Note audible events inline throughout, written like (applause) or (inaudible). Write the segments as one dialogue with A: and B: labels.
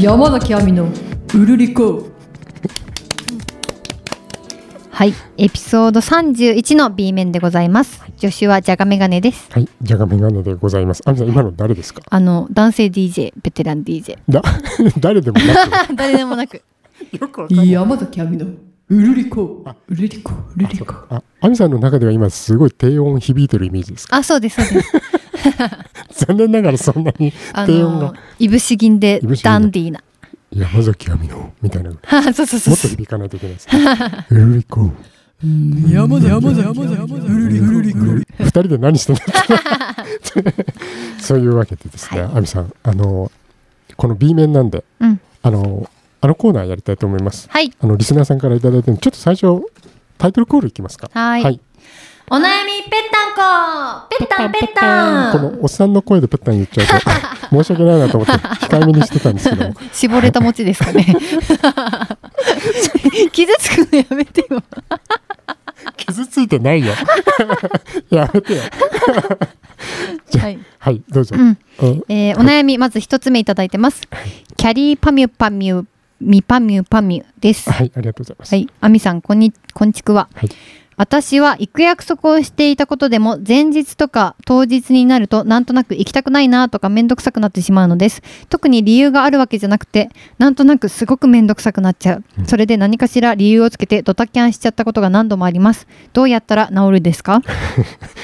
A: 山崎亜美のうるりこ
B: はい、エピソード31の B 面でございます。助手はジャガメガネです。
C: はい、じゃがメガネでございます。あみさん、今の誰ですか
B: あの男性 DJ、ベテラン DJ。
C: だ (laughs) 誰でもなく
B: 誰でもなく。
A: 山崎亜美のうるりこうるりこうるりこ
C: ああみさんの中では今すごい低音響いてるイメージです
B: (laughs)
C: か (laughs)
B: あ、そうです、そうです。
C: 残念ながらそんなに
B: あ
C: 低音が
B: の、いぶし銀で
C: いぶし銀
B: ダ
C: だ
B: ンディーな。 (laughs)
C: 山崎亜美のみたいなもっ
B: あそうそうそう
C: と
B: そう。
C: 響かないといけないです
B: (laughs)
C: ね。うるりこ
A: 山崎山崎山崎うるりこうるりこ
C: 二人で何してんだってそういうわけでですね、あみさん、あのこの B 面なんで、
B: うん
C: あのあのコーナーやりたいと思います。
B: はい、
C: あのリスナーさんからいただいてるのちょっと最初タイトルコールいきますか。
B: はい
C: はい
B: お悩みぺったんこ。ぺったんぺった
C: こ
B: ん。
C: のおっさんの声でペッタン言っちゃう
B: (laughs)
C: と申し訳ないなと思って控えめにしてたんですけども
B: 絞れた餅ですかね。 (laughs) 傷つくのやめて (laughs) よ。
C: 傷ついてな
B: (laughs)
C: いよやめてよ
B: はい。
C: はいどうぞ、
B: うん
C: え
B: えーお悩み、まず一つ目いただいてます。キャリーパミュパミュ、ミパミュパミュです。
C: はいありがとうございます、
B: はい、あみさん、こんに、こんちくわ。
C: はい
B: 私は行く約束をしていたことでも前日とか当日になるとなんとなく行きたくないなとかめんどくさくなってしまうのです特に理由があるわけじゃなくてなんとなくすごくめんどくさくなっちゃう、それで何かしら理由をつけてドタキャンしちゃったことが何度もありますどうやったら治るですか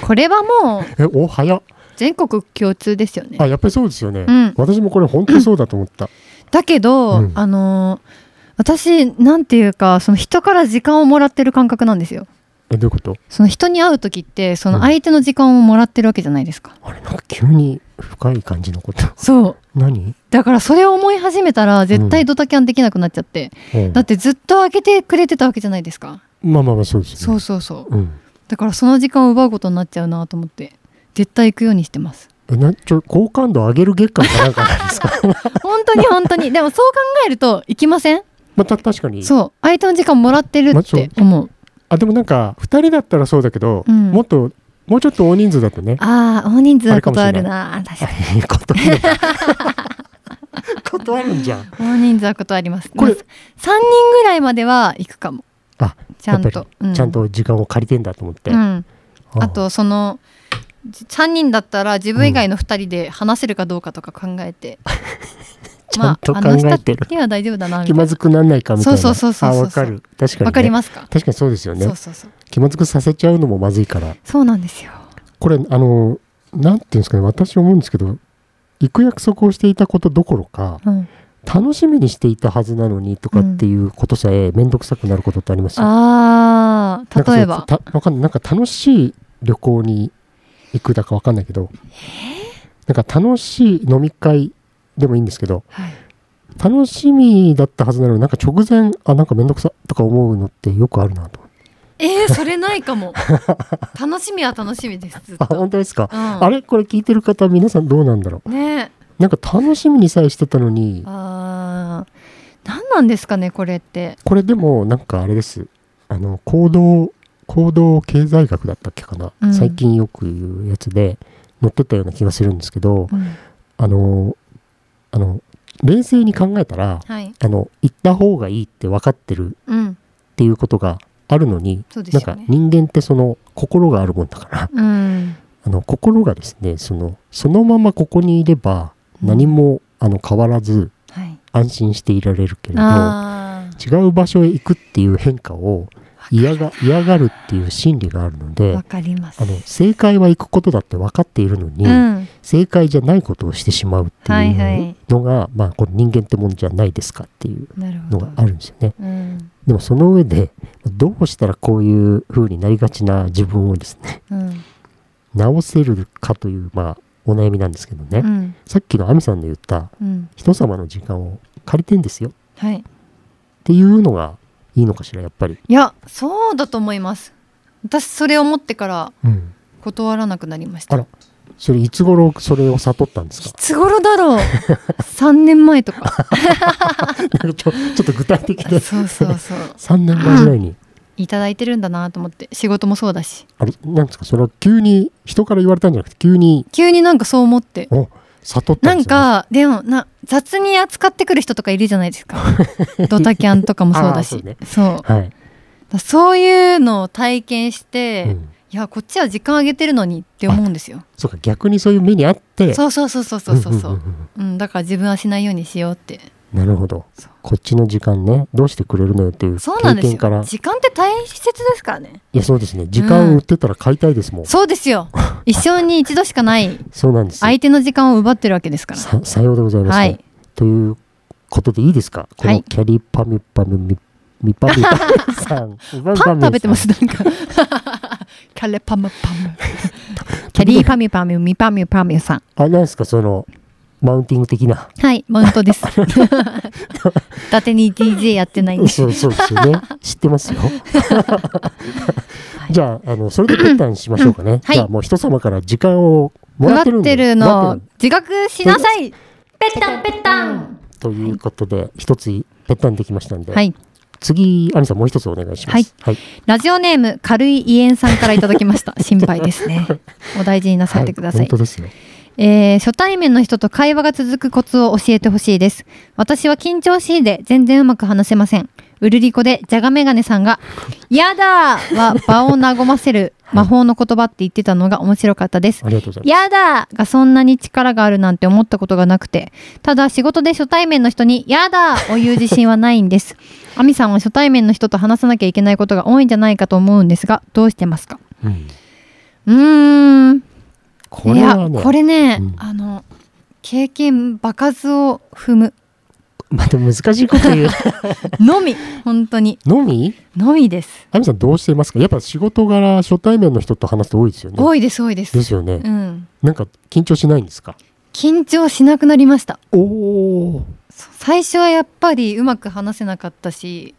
B: これはもう
C: えお早っ
B: 全国共通ですよね
C: あやっぱりそうですよね、
B: ん
C: 私もこれ本当にそうだと思った
B: だけど、
C: うん
B: あのー私なんていうかその人から時間をもらってる感覚なんですよ
C: えどういうこと
B: その人に会う時ってその
C: うん
B: 相手の時間をもらってるわけじゃないですか、
C: あれなんか急に深い感じのこと
B: そう
C: 何、
B: だからそれを思い始めたら絶対ドタキャンできなくなっちゃって、
C: うん
B: だってずっと開けてくれてたわけじゃないですか、
C: まあまあまあそうです
B: そ
C: よ
B: う
C: ね
B: そうそう
C: うん
B: だからその時間を奪うことになっちゃうなと思って絶対行くようにしてます
C: えなちょ好感度上げる月間かなんかないですか
B: (laughs) 本当に本当にでもそう考えると行きません
C: まあた確かに
B: そう相手の時間もらってる
C: ま
B: っ
C: あそう
B: て思う
C: あでもなんか2人だったらそうだけど、
B: うん
C: もっともうちょっと大人数だとね
B: ああ大人数
C: あ
B: は
C: れかもし
B: 断
C: れな
B: るな
C: い
B: 確かに
C: (laughs) 断る断るんじゃん。
B: 大人数は断ります
C: これ
B: 3人ぐらいまでは行くかも
C: あ、
B: ちゃん
C: やっ
B: とう
C: ぱ、りちゃんと時間を借りてんだと思って。
B: うん、あ
C: あ、
B: とそのじ3人だったら自分以外の2人で話せるかどうかとか考えて、
C: ちゃんと考
B: あの
C: え
B: 人
C: てる。
B: には大丈夫だなみ
C: 気
B: たいな
C: まずくなんないかみたいな。
B: そうそうそうそうそう
C: あ、わかる。確かに、ね。
B: わかりますか、
C: 確かにそうですよ
B: そ
C: ね
B: う。そうそう
C: 気まずくさせちゃうのもまずいから。
B: そうなんですよ
C: これ、あの、なんていうんですかね、私思うんですけど、行く約束をしていたことどころか、
B: うん、
C: 楽しみにしていたはずなのにとかっていうことさえ、面倒くさくなることってありますよ。
B: あー例えば
C: なんかそうたわかんないなんか楽しい旅行に行くだかわかんないけど、なんか楽しい飲み会でもいいんですけど、
B: はい
C: 楽しみだったはずなのになんか直前あなんか面倒くさとか思うのってよくあるなと思って
B: えー、それないかも
C: (laughs)
B: 楽しみは楽しみですずっ
C: あ
B: と、
C: 本当ですか、
B: うん
C: あれこれ聞いてる方皆さんどうなんだろ
B: ねえ
C: うなんか楽しみにさえしてたのに
B: あー何なんですかねこれって
C: これでもなんかあれですあの行動行動経済学だったっけかな、
B: うん
C: 最近よく言うやつで載ってたような気がするんですけど、
B: うん
C: あのあの冷静に考えたら
B: はい
C: あの行った方がいいって分かってる
B: うん
C: っていうことがあるのに、
B: そうです
C: なん
B: よ
C: か
B: ね
C: 人間ってその心があるもんだから
B: うん
C: あの心がですねそのそのままここにいれば何も、あの変わらず
B: はい
C: 安心していられるけれど
B: あ
C: 違う場所へ行くっていう変化を嫌が嫌がるっていう心理があるの
B: あ
C: で
B: わかります
C: あの正解は行くことだって分かっているのに、
B: うん
C: 正解じゃないことをしてしまうって
B: はいいう
C: のが、まあこれ人間ってもんじゃないですかっていう
B: なるほ
C: の
B: ど
C: があるんですよね。
B: うん
C: でもその上でどうしたらこういう風になりがちな自分をですね (laughs)
B: うん
C: 直せるかというまあお悩みなんですけどね、
B: うん
C: さっきの亜美さんの言った
B: うん
C: 人様の時間を借りてんですよっ
B: はい
C: ていうのがいいのかしらやっぱり、
B: いやそうだと思います私それを持ってから
C: うん、
B: 断らなくなりまし
C: あ
B: たい
C: らそれいつ頃それを悟ったんですか (laughs)
B: つ頃だろう三年前とか
C: なんかちょちょっと具体的で
B: そう
C: (laughs)
B: そうそう
C: 3年前ぐらいに
B: いただいてるんだなと思って仕事もそうだし
C: あれなんですかそれは急に人から言われたんじゃなくて急に
B: 急になんかそう思って
C: お悟った
B: なん
C: ですよね、
B: かでもな雑に扱ってくる人とかいるじゃないです
C: (laughs)
B: かドタキャンとかもそうだし
C: あーそうね
B: そう
C: はい、
B: だそういうのを体験して、
C: うん、
B: いやこっちは時間あげてるのにって思うんですよ
C: そうか逆にそういう目にあって
B: そうそうそうそうそうそう,、
C: んんん
B: うん、だから自分はしないようにしようって
C: うんなるほど
B: そう
C: こっちの時間ねどうしてくれるのよっていう
B: そうなんで
C: 経
B: す
C: 験から
B: よ時間って大切ですからね
C: いやそうですね時間を売ってたら買いたいですもん、
B: そうですよ一生に一度しかない
C: そうなんですよ
B: 相手の時間を奪ってるわけですから
C: ささようでございます、
B: は
C: ね
B: い
C: ということでいいですかこ
B: は
C: の
B: い
C: キャリパミュパミュミミパミュパミュさんパミュ
B: パン食べてます
C: ね
B: なんか (laughs) キャレパムパムキ
C: ちょ
B: ャ
C: っと
B: リーパミュパミュミパミュパミュさん
C: あなんですかそのマウンティング的な
B: はいマウントです伊達に DJ やってないんで
C: そうそうで
B: (laughs)
C: すよね知ってますよ (laughs) じゃああのそれで決断しましょうかね、
B: はい
C: じゃあもう人様から時間をも
B: 奪
C: らってる
B: っ
C: ん
B: て
C: で
B: る
C: もら
B: のを
C: ってる
B: 自覚しなさいペッタンペッタン
C: ということで一つ決断できましたんで、
B: はい
C: 次アミさんもう一つお願いします
B: はい、
C: はい
B: ラジオネーム軽い胃炎さんからいただきました心配ですねお大事になさってくださ
C: はい本当ですよ
B: えー初対面の人と会話が続くコツを教えてほしいです。私は緊張しいで全然うまく話せません。うるりこでじゃがメガネさんが「やだ!」は場を和ませる (laughs) 魔法の言葉って言ってたのが面白かったです
C: あ。りがとうございます
B: やだがそんなに力があるなんて思ったことがなくてただ仕事で初対面の人に「やだ!」を言う自信はないんです
C: (laughs)
B: アミさんは初対面の人と話さなきゃいけないことが多いんじゃないかと思うんですがどうしてますか
C: うん
B: うーん
C: これはいね
B: やこれね、
C: うん
B: あの経験場数を踏む
C: また難しいこと
B: (laughs)
C: 言う
B: の
C: (laughs)
B: み本当に
C: のみ
B: のみです
C: アミさんどうしていますかやっぱ仕事柄初対面の人と話すと多いですよね
B: 多いです多いです
C: ですよね、
B: うん
C: なんか緊張しないんですか
B: 緊張しなくなりました
C: おお
B: そう最初はやっぱりうまく話せなかったし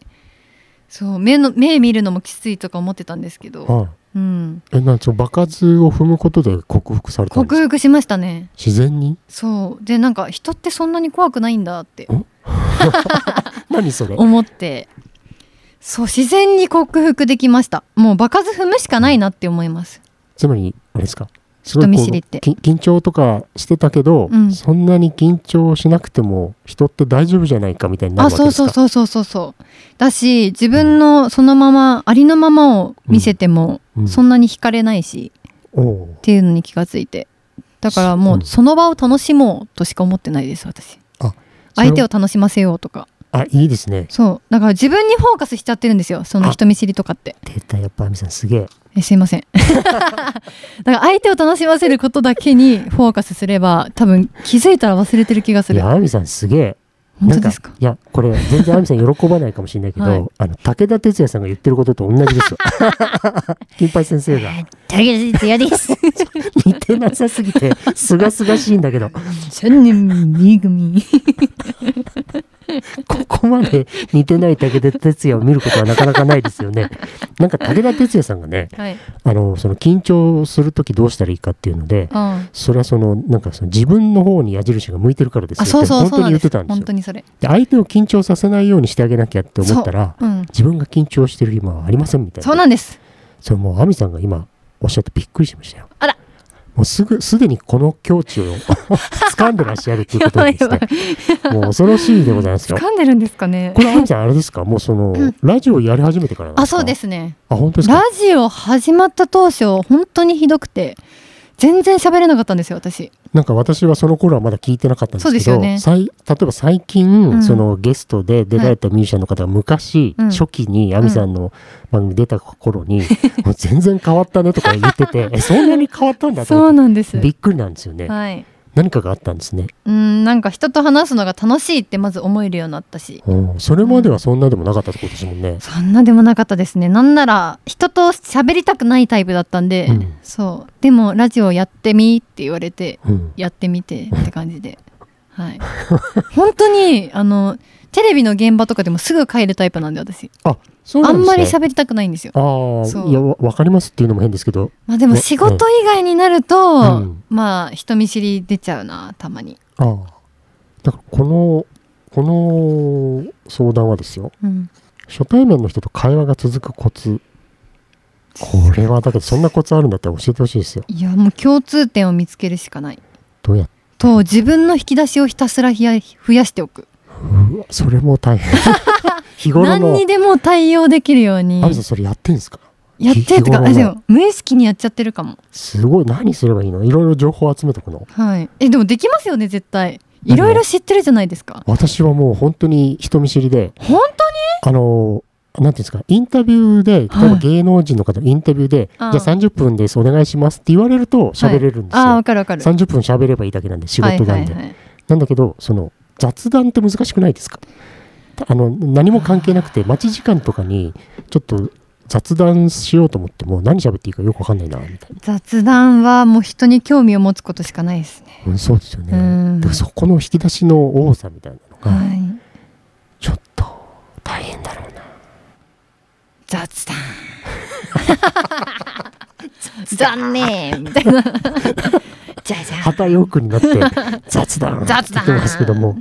B: そう目の目見るのもきついとか思ってたんですけど、
C: はい
B: うん、
C: えなんその爆発を踏むことで克服されたんです
B: 克
C: か
B: 服しましたね
C: 自
B: (laughs)
C: 然に
B: そうでなんか人ってそんなに怖くないんだって
C: 何それ
B: 思ってそう自然に克服できましたもう場数踏むしかないなって思います
C: つまりあれですかすご
B: 人
C: い
B: 見
C: こう
B: 知りって
C: き緊張とかしてたけど、
B: うん
C: そんなに緊張しなくても人って大丈夫じゃないかみたいになる
B: あ
C: わけ
B: そう
C: ですか
B: そうそうそうそうそうだし自分のそのままありのままを見せても
C: うん
B: そんなに惹かれないし、っ
C: おう
B: ていうのに気がついてだからも
C: うん
B: うその場を楽しもうとしか思ってないです私
C: あ
B: 相手を楽しませようとか
C: あいいですね
B: そうだから自分にフォーカスしちゃってるんですよその人見知りとかって
C: 出たやっぱ亜美さんすげえ
B: えすいません (laughs) だから相手を楽しませることだけにフォーカスすれば多分気づいたら忘れてる気がす
C: い
B: る
C: や亜美さんすげえ
B: 本当ですか
C: なんいやこれ全然亜美さん喜ばないかもしれないけど、
B: (laughs) はい
C: あの武田鉄矢さんが言ってることと同じで
B: (laughs)
C: すよ金八先生が
B: 大事嫌です
C: 似てなさすぎてすがすがしいんだけど
B: 千年 B 組
C: ここまで似てない武田鉄矢を見ることはなかなかないですよ
B: (laughs)
C: ねなんか武田鉄矢さんがね
B: はい
C: あのその緊張する時どうしたらいいかっていうので
B: あ
C: それはそのなんかその自分の方に矢印が向いてるからですよ
B: あそうそう
C: って
B: そう
C: 本当
B: な
C: に
B: んで
C: 言って
B: す
C: たんです
B: 本
C: よ
B: 当にそれ
C: で相手を緊張させないようにしてあげなきゃって思ったら
B: うん
C: 自分が緊張してる暇はありませんみたいな
B: そうなんです
C: それもう亜美さんが今おっしゃってびっくりしましたよ
B: あら
C: もうすぐすでにこの境地を掴んでらっしゃるということでですね
B: (laughs) やば
C: もう恐ろしいでございますよ
B: 噛んでるんですかね
C: これ亜美さんあれですかもうその、ラジオやり始めてからなん
B: あ
C: か
B: そうですね
C: あ本当です
B: ラ
C: か
B: ジオ始まった当初本当にひどくて全然喋れなかったんですよ私
C: なんか私はその頃はまだ聞いてなかったんですけ
B: そう
C: ど
B: ですよね
C: さい例えば最近、
B: ん
C: そのゲストで出られたミュージシャンの方が昔、
B: うん
C: 初期に亜美さんの番組出た
B: (laughs)
C: 頃に、もう全然変わったねとか言っててえそんなに変わったんだと
B: そう
C: 思っ
B: なんで
C: て
B: す
C: びっくりなんですよね、
B: はい
C: 何かがあったんですね
B: うんなんか人と話すのが楽しいってまず思えるようになったし
C: うんそれまではそんなでもなかったってことですもんね。
B: そんなでもなかったですねなんなら人と喋りたくないタイプだったんで、
C: うん
B: そうでもラジオやってみって言われて
C: うん、
B: やってみてって感じで、
C: (laughs)
B: はい、本当にあのテレビの現場とかでもすぐ帰るタイプなんで私
C: あ、そうな
B: あ
C: ん
B: ん
C: ですね。
B: まり喋りたくないんですよ
C: あ
B: そ
C: あ、
B: う
C: いやわわかりますっていうのも変ですけど、
B: まあでも
C: わ
B: 仕事以外になると、
C: うん
B: まあ人見知り出ちゃうなたまに、
C: ああ、だからこのこの相談はですよ。
B: うん、
C: 初対面の人と会話が続くコツ。これはだけどそんなコツあるんだったら教えてほしいですよ。
B: いやもう共通点を見つけるしかない
C: どうやっ
B: と自分の引き出しをひたすらひや増やしておく
C: うわそれも
B: (laughs)
C: 大変日頃
B: 何
C: の
B: にでも対応できるように
C: アビさんそれやってんすか
B: やってと
C: 日頃
B: か
C: の
B: あでも無意識にやっちゃってるかも
C: すごい何すればいいのいろいろ情報集めとくの
B: はいえでもできますよね絶対いろいろ知ってるじゃないですか
C: 私はもう本当に人見知りで
B: 本
C: あのなんていうんですかインタビューで例え
B: は
C: ば
B: い
C: 芸能人の方のインタビューで、
B: ああ
C: じゃあ30分ですお願いしますって言われると喋れるんですよ、
B: ああわかるわかる
C: 30分喋ればいいだけなんで仕事なんで、
B: はいはいはい、
C: なんだけどその雑談って難しくないですかあの何も関係なくて待ち時間とかにちょっと雑談しようと思っても何喋っていいかよくわかんないなみたいな、
B: 雑談はもう人に興味を持つことしかないですね
C: うん、そうですよね、
B: うん
C: でもそこの引き出しの多さみたいなのが、
B: はい
C: ちょっと大変だろうな
B: 雑談 (laughs) 残念みたいなじゃじゃん
C: 旗よくに
B: (laughs)
C: なって雑談
B: 雑談
C: って言ってますけども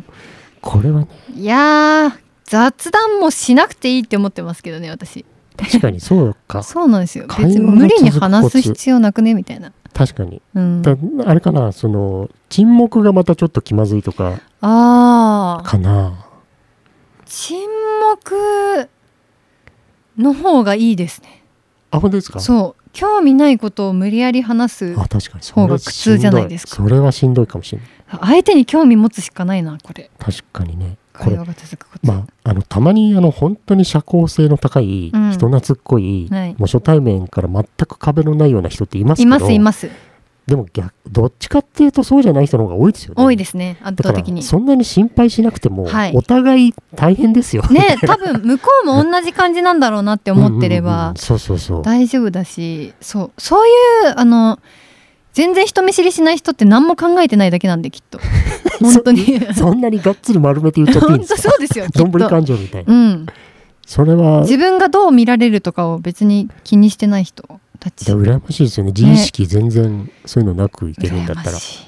C: これはね
B: いやー雑談もしなくていいって思ってますけどね私
C: 確かにそう
B: (laughs)
C: か
B: そうなんですよ
C: 会話
B: 別に
C: の
B: 無理に
C: 続くコツ
B: 話す必要なくねみたいな、
C: 確かに
B: うん、
C: だあれかなその沈黙がまたちょっと気まずいとか
B: あー
C: かな
B: 沈黙の方がいいですね
C: あ本当ですか
B: そう興味ないことを無理やり話す
C: あ確かにそれは
B: 方が苦痛じゃないですか
C: しんどそれはしんどいかもしれない
B: 相手に興味持つしかないなこれ
C: 確かにねこ
B: 会
C: れ
B: 話が続くこと、
C: まああのたまにあの本当に社交性の高い、
B: うん
C: 人懐っこい、
B: はい
C: もう初対面から全く壁のないような人っていますけど
B: いますいます
C: でも逆どっちかっていうとそうじゃない人の方が多いですよね
B: 多いですね圧
C: だか
B: 倒
C: ら
B: 的に
C: そんなに心配しなくても、
B: はい
C: お互い大変ですよ
B: ね多分向こうも同じ感じなんだろうなって思ってれば、
C: うんうんうんそうそうそう
B: 大丈夫だしそうそういうあの全然人見知りしない人って何も考えてないだけなんできっ
C: (laughs)
B: と本当に
C: そんなにがっつり丸めて言っちゃっていいん
B: 本
C: で
B: 当
C: す
B: そ
C: か
B: うですよきっ
C: どんぶり
B: と、
C: 感情みたいな、
B: うん、
C: それは
B: 自分がどう見られるとかを別に気にしてない人たち
C: いや羨ましいですよね自意識全然そういうのなくいけるんだった
B: 羨
C: ら
B: ま、しい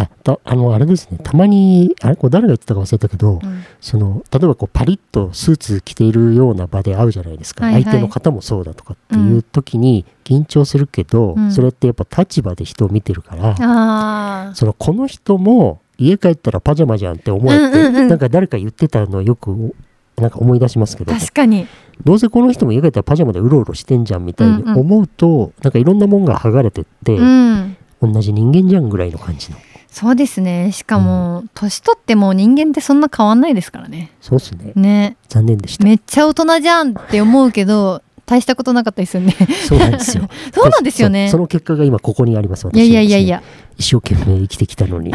C: あたあのあれですねたまにあれこれ誰が言ってたか忘れたけど、
B: うん
C: その例えばこうパリッとスーツ着ているような場で会うじゃないですか、
B: はいはい
C: 相手の方もそうだとかっていう時に緊張するけど、
B: うん
C: それってやっぱ立場で人を見てるから、
B: あー
C: そのこの人も家帰ったらパジャマじゃんって思えて、
B: うんうんうん
C: なんか誰か言ってたのよくなんか思い出しますけど
B: 確かに
C: どうせこの人も家帰ったらパジャマでうろうろしてんじゃんみたいに
B: うんうん
C: 思うと、なんかいろんなもんが剥がれてって、
B: うん
C: 同じ人間じゃんぐらいの感じの
B: そうですねしかも年取っても人間ってそんな変わんないですからね
C: そうっすね
B: ね
C: 残念でした、
B: めっちゃ大人じゃんって思うけど大したことなかったですよ
C: (laughs)
B: ね
C: そうなんですよ
B: (laughs) そうなんですよね
C: そうその結果が今ここにあります
B: いやいやいやいや
C: 一生懸命生きてきたのに。
B: (laughs)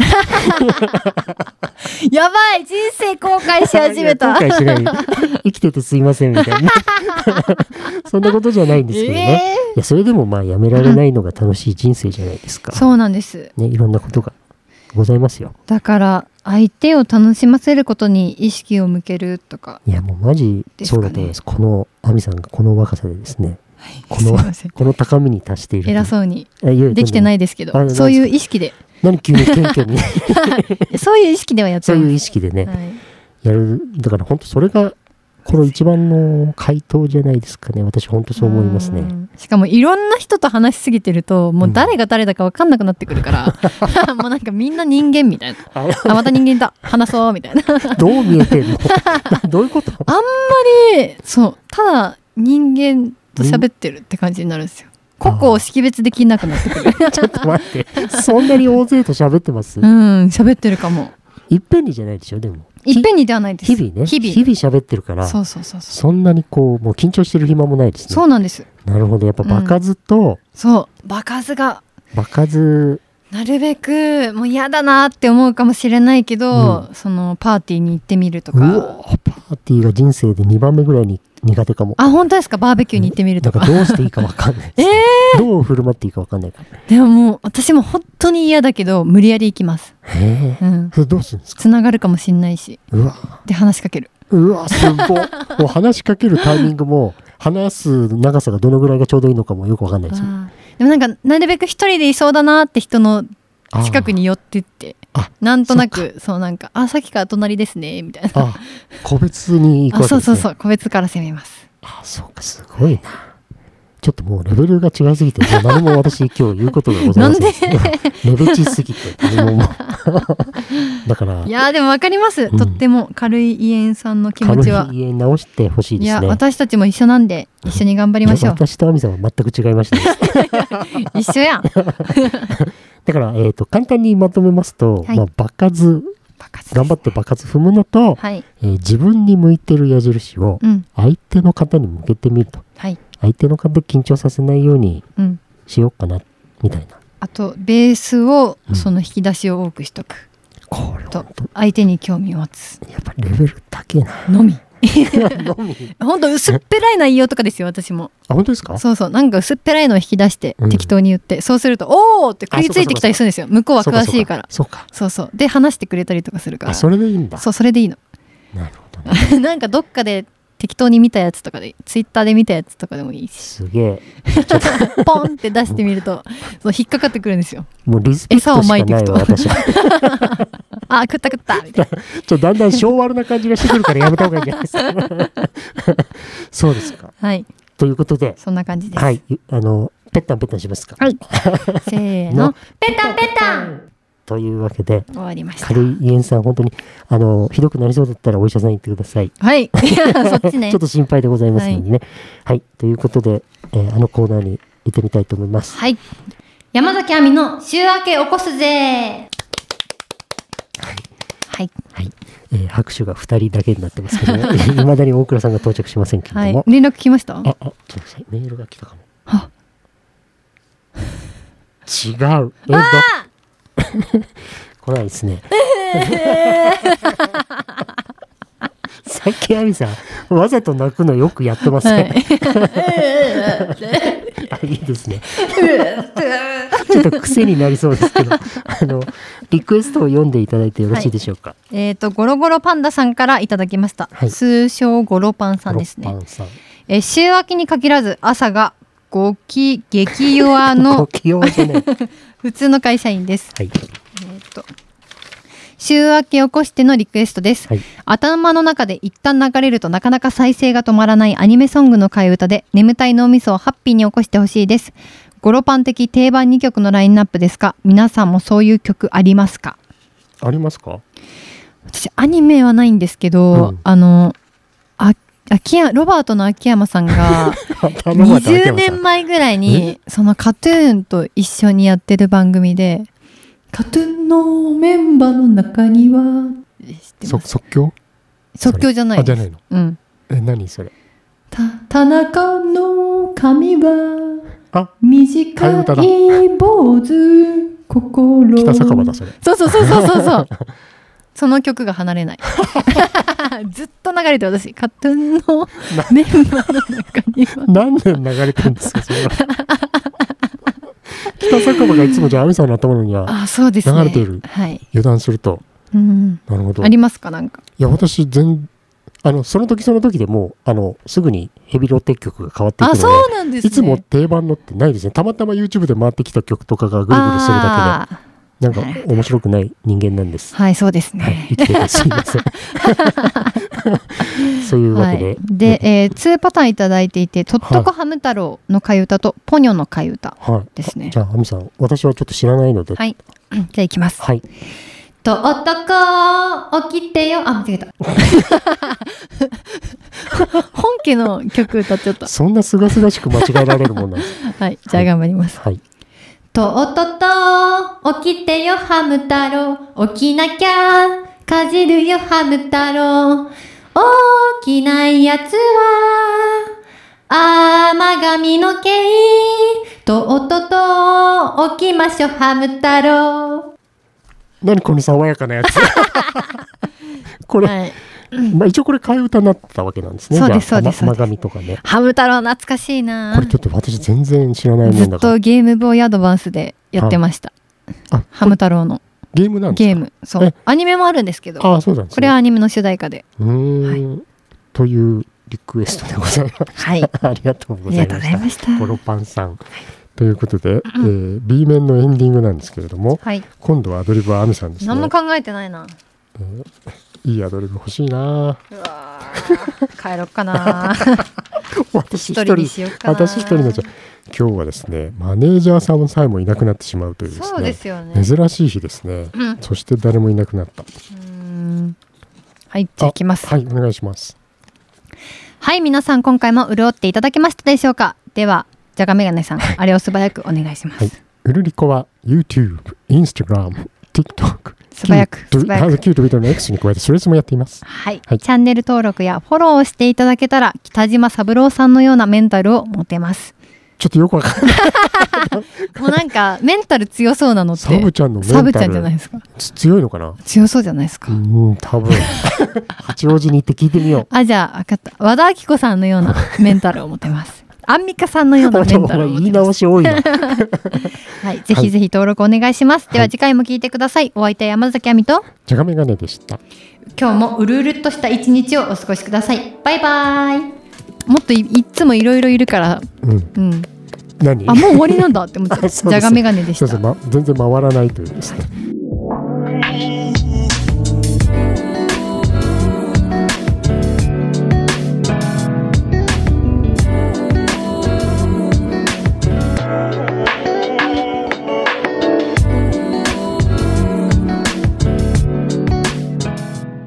B: やばい人生後悔し始めた
C: いや後悔
B: (laughs)
C: しない。生きててすいませんみたいな。そんなことじゃないんですけどね。
B: え
C: いやそれでもまあやめられないのが楽しい人生じゃないですか
B: ー。そうなんです
C: ね、いろんなことがございますよ。
B: だから相手を楽しませることに意識を向けるとか
C: いやもうマジ
B: ですか
C: そ
B: ね
C: うだと思います。この亜美さんがこの若さでですね、こ
B: すい
C: の
B: ません
C: この高みに達している。
B: 偉
C: う。
B: そうに
C: いや。
B: できてないいですけ
C: あれ
B: どそういう意識
C: (laughs)
B: で
C: 何急に謙
B: (laughs)
C: 虚に (laughs)
B: そういう意識ではやっち
C: そ
B: ゃ
C: う
B: い
C: いう
B: ま
C: 意
B: す
C: 識でね、
B: はい
C: やる。だから本当それがこの一番の回答じゃないですかね。私本当そう思いますね。
B: うんしかもいろんな人と話しすぎてるともう誰が誰だか分かんなくなってくるから
C: (laughs)
B: (laughs) もうなんかみんな人間みたいな
C: あ
B: あまた人間だ話そうみたいな
C: どう見えて
B: (laughs)
C: んのどういうこと
B: あんまりそうただ人間と喋ってるって感じになるんですよ個々を識別できなくなって
C: (laughs)
B: くる
C: ちょっと待って。そんなに大勢と喋ってます
B: うん喋ってるかも
C: いっぺんにじゃないでしょ、でも。
B: いっぺんにではないです
C: 日々ね。
B: 日々
C: 喋ってるから、
B: そ
C: そう
B: そうそうそ
C: んなにこう、もう緊張してる暇もないです
B: うそ
C: ね。
B: うなんです
C: なるほど。やっぱ場数と、
B: そう場数が
C: 場数、
B: なるべくもう嫌だなって思うかもしれないけど、そのパーティーに行ってみると
C: う
B: か
C: おーパーティーが人生で2番目ぐらいに苦手かも。
B: あ本当ですかバーベキューに行ってみる
C: だ
B: と
C: か
B: から
C: どうしていいかわかんない
B: (laughs) 。え
C: どう振る舞っていいかわかんないから。
B: でももう私も本当に嫌だけど無理やり行きます
C: へえ。
B: うん
C: それどうするんですか
B: つながるかもしんないし
C: うわ。
B: で話しかける
C: うわ、す
B: (laughs)
C: ごい。もう話しかけるタイミングも、話す長さがどのぐらいがちょうどいいのかもよくわかんないですよ。
B: あーでもなんかなるべく一人でいそうだなって人の近くに寄ってって
C: あー。あ
B: なんとなくそうなんか「あさっきから隣ですね」みたいな
C: あ、個別に行
B: あ
C: くわけ
B: そう
C: です、
B: そ
C: ね。
B: うそう個別から攻めます
C: あ、そうか、すごいな。ちょっともうレベルが違いすぎて、もう何も私今日言うことがございません。レベチすぎて、何もも
B: (laughs)
C: うだから
B: い、やーでも分かります、
C: うん
B: とっても軽いイエンさんの気持
C: 軽
B: ちは。
C: い家直してほしい
B: い
C: です
B: や
C: ね。
B: 私たちも一緒なんで一緒に頑張りましょう
C: 私と亜美さんは全く違いましたね。 (laughs)
B: 一緒やん
C: だから、えっ、と、簡単にまとめますと、
B: はい
C: まあ、バカず、
B: 爆発
C: 頑張ってバカず踏むのと、
B: はい
C: えー自分に向いてる矢印を
B: うん
C: 相手の方に向けてみると。
B: はい
C: 相手の方緊張させないように
B: うん
C: しようかな、みたいな。
B: あとベースを
C: うん
B: その引き出しを多くしとく
C: これ、ほん
B: と
C: と、
B: 相手に興味を持つ
C: やっぱレベル高いな。
B: のみ
C: (laughs) のみ
B: ほんと薄っぺらい内容とかですよ私も
C: あ、本当です
B: (laughs)
C: か
B: そうそうなんか薄っぺらいのを引き出して
C: うん
B: 適当に言って、そうするとおおって食いついてきたりするんですよ向こうは
C: そうか
B: 詳しいから
C: そうか。
B: そうそうで話してくれたりとかするから
C: あ、それでいいんだ。
B: そうそれでいいの (laughs)
C: なるほどね。
B: なんかどっかで適当に見たやつとかでツイッターで見たやつとかでもいいし
C: すげえ。
B: ポンって出してみる
C: (laughs)
B: とそう引っかかってくるんですよ
C: もうリスペクトしかないわ、
B: 餌を
C: 私は。
B: あ食った食ったみたいな
C: ちょっとだんだん昭和な感じがしてくるからやめた方がいいんじゃないですか。 (laughs) そうですか。
B: はい
C: ということで、
B: そんな感じです、
C: はい、あの、ぺったんぺったんしますか。
B: はいせーの
C: の
B: ペタンペタン
C: というわけで、
B: 終わりました
C: 軽いイエンさん、本当に、あの、ひどくなりそうだったらお医者さん行ってください。
B: はい (laughs) そっちね
C: ちょっと心配でございますのでね。はい、ということで、えーあのコーナーに行ってみたいと思います。
B: はい山崎亜美の週明け起こすぜはい
C: はい、えー拍手が二人だけになってますけど、 (laughs) いまだに大倉さんが到着しませんけれど
B: はい、
C: も。
B: 連絡来ました
C: あ、あ、ちょっと待ってメールが来たかも。
B: は
C: 違う。えっ (laughs) と。来ないですね。 (laughs) さっきアミさん、わざと泣くのよくやってますね。あ、いいですね。ちょっと癖になりそうですけど、あの、リクエストを読んでいただいてよろしいでしょうか。
B: えっ、とゴロゴロパンダさんからいただきました、
C: はい
B: 通称ゴロパンさんです
C: ロッ
B: ね
C: パンさん。
B: えー週明けに限らず朝がごき激弱
C: ご
B: の
C: 器用じゃない。は
B: (laughs) 普通の会社員ですえー
C: い。
B: っと週明け起こしてのリクエストです、
C: はい
B: 頭の中で一旦流れるとなかなか再生が止まらないアニメソングの替え歌で眠たい脳みそをハッピーに起こしてほしいですゴロパン的定番2曲のラインナップですが皆さんもそういう曲ありますか
C: あります
B: (laughs)
C: か
B: 私アニメはないんですけど、
C: うん
B: あのあ秋山ロバートの秋山さん
C: (laughs)
B: が20年前ぐらいにそのカトゥーンと一緒にやってる番組で
A: カトゥーンのメンバーの中には
B: え知って
C: そ
B: ます
C: 即興
B: 即興じゃない
C: あ、じ
B: です
C: ゃないの。
B: うん
C: え、何それ
A: た田中の髪は
C: あ
A: 短
C: 替え歌だ
A: い坊主心
C: 北酒場だ、それ。
B: そうそうそうそうそうそう (laughs) その曲が離れない (laughs) ずっと流れて私カトゥーンのメンバーの中には
C: 何年流れてるんですか、それは。 (laughs) 北酒場がいつもじゃあ、亜美さんの頭のには
B: (laughs) あそうですね
C: 流れている
B: はい、
C: 油断すると、
B: うん、
C: なるほど。
B: あ
C: い
B: りますかなんか
C: や、私、全、あの、その時その時でもう、あの、すぐにヘビロテ曲が変わってい
B: あ
C: くので、
B: そうなんですね
C: いつも定番のってないですね。たまたま YouTube で回ってきた曲とかがぐるぐるする
B: あー
C: だけで、なんか面白くない人間なんです。
B: はいそうです
C: はい
B: ね、、
C: 生きててす
B: (laughs)
C: いません。そういうわけで、
B: はい、で、えー、2パターンいただいていて「とっとこハム太郎」の替え歌と「ポニョ」の替え歌
C: はい。
B: ですね
C: じゃあ、亜美さん、私はちょっと知らないので、
B: はい (clears throat) じゃあいきます
C: はい。
B: と男起きてよあ間 (laughs) 違えた本家の曲歌っちゃった
C: そんなすがすがしく間違えられるもんなんです。
B: はいじゃあ頑張ります、
C: はい。
B: とおとと起きてよハム太郎起きなきゃかじるよハム太郎大きないやつは甘髪の毛とおとと起きましょハム太郎
C: 何この爽や
B: (laughs)
C: かなやつ。これ、
B: はい
C: まあ一応これ替え歌になってたわけなんですね。
B: そうです
C: じ
B: そ
C: ゃあ
B: うです
C: ま
B: そうです
C: 甘神とかね。
B: ハム太郎懐かしい
C: こ
B: な
C: れちょっと私全然知らないも
B: ず
C: んだ
B: っ
C: から。
B: とゲームボーイアドバンスでやってました、
C: あ、
B: ハム太郎の
C: ゲームなんです
B: ゲー
C: か
B: ムそう
C: え
B: アニメもあるんですけど
C: ああ、そうなんです
B: これはアニメの主題歌で
C: うーん。というリクエストでございます。 (laughs)
B: はい
C: ありがとう
B: あ
C: ご
B: り
C: ざ
B: がとうご
C: いま
B: ざいま
C: し
B: した
C: た。コロパンさん。ということで、えー B 面のエンディングなんですけれども、
B: はい
C: 今度はアドリブはアミさんです
B: 何
C: ね
B: も。考えてないない
C: いアドリブ欲しいな
B: うわー帰ろっかな
C: 私
B: 一人にしようかな
C: 私一人になっちゃう今日はですねマネージャーさんさえもいなくなってしまうというですね
B: そうですよね
C: 珍しい日ですね、
B: うん
C: そして誰もいなくなった
B: うんはいじゃあいきます
C: はいお願いします
B: はい、皆さん、今回も潤っていただけましたでしょうか。では、じゃがメガネさん、あれを素早くお願いします。
C: はいウルリコは YouTube、Instagram、TikTok
B: 素早く
C: 旧
B: 素早く
C: あ旧 Twitter の X に加えてそれぞれもやっています
B: はい、
C: はい
B: チャンネル登録やフォローをしていただけたら、北島三郎さんのようなメンタルを持てます。
C: ちょっとよくわかんない
B: もうなんか、メンタル強そうなのって。
C: サブちゃんのメンタル
B: サブちゃんじゃないですか。
C: つ強いのかな
B: 強そうじゃないですか。
C: うん多分八王子に行って聞いてみよう
B: あ、じゃあ、分かった。和田アキ子さんのようなメンタルを持て (laughs) ます。アンミカさんのようなメンタ
C: (laughs)
B: ルを持
C: 言い
B: てま
C: 直
B: す。
C: し多いな
B: はい、ぜひぜひ登録お願いします。では次回も聞いてください。お相手は山崎亜美と。
C: じゃがメガネでした
B: 今日もうるうるっとした一日をお過ごしくださいバイバーイもっといいっつもいろいろいるから、
C: うん
B: うん、(laughs)
C: 何
B: あもう終わりなんだって思っ
C: あそう
B: て
C: です
B: じゃがメガネでし
C: そう
B: た
C: そう、ま、全然回らないというですね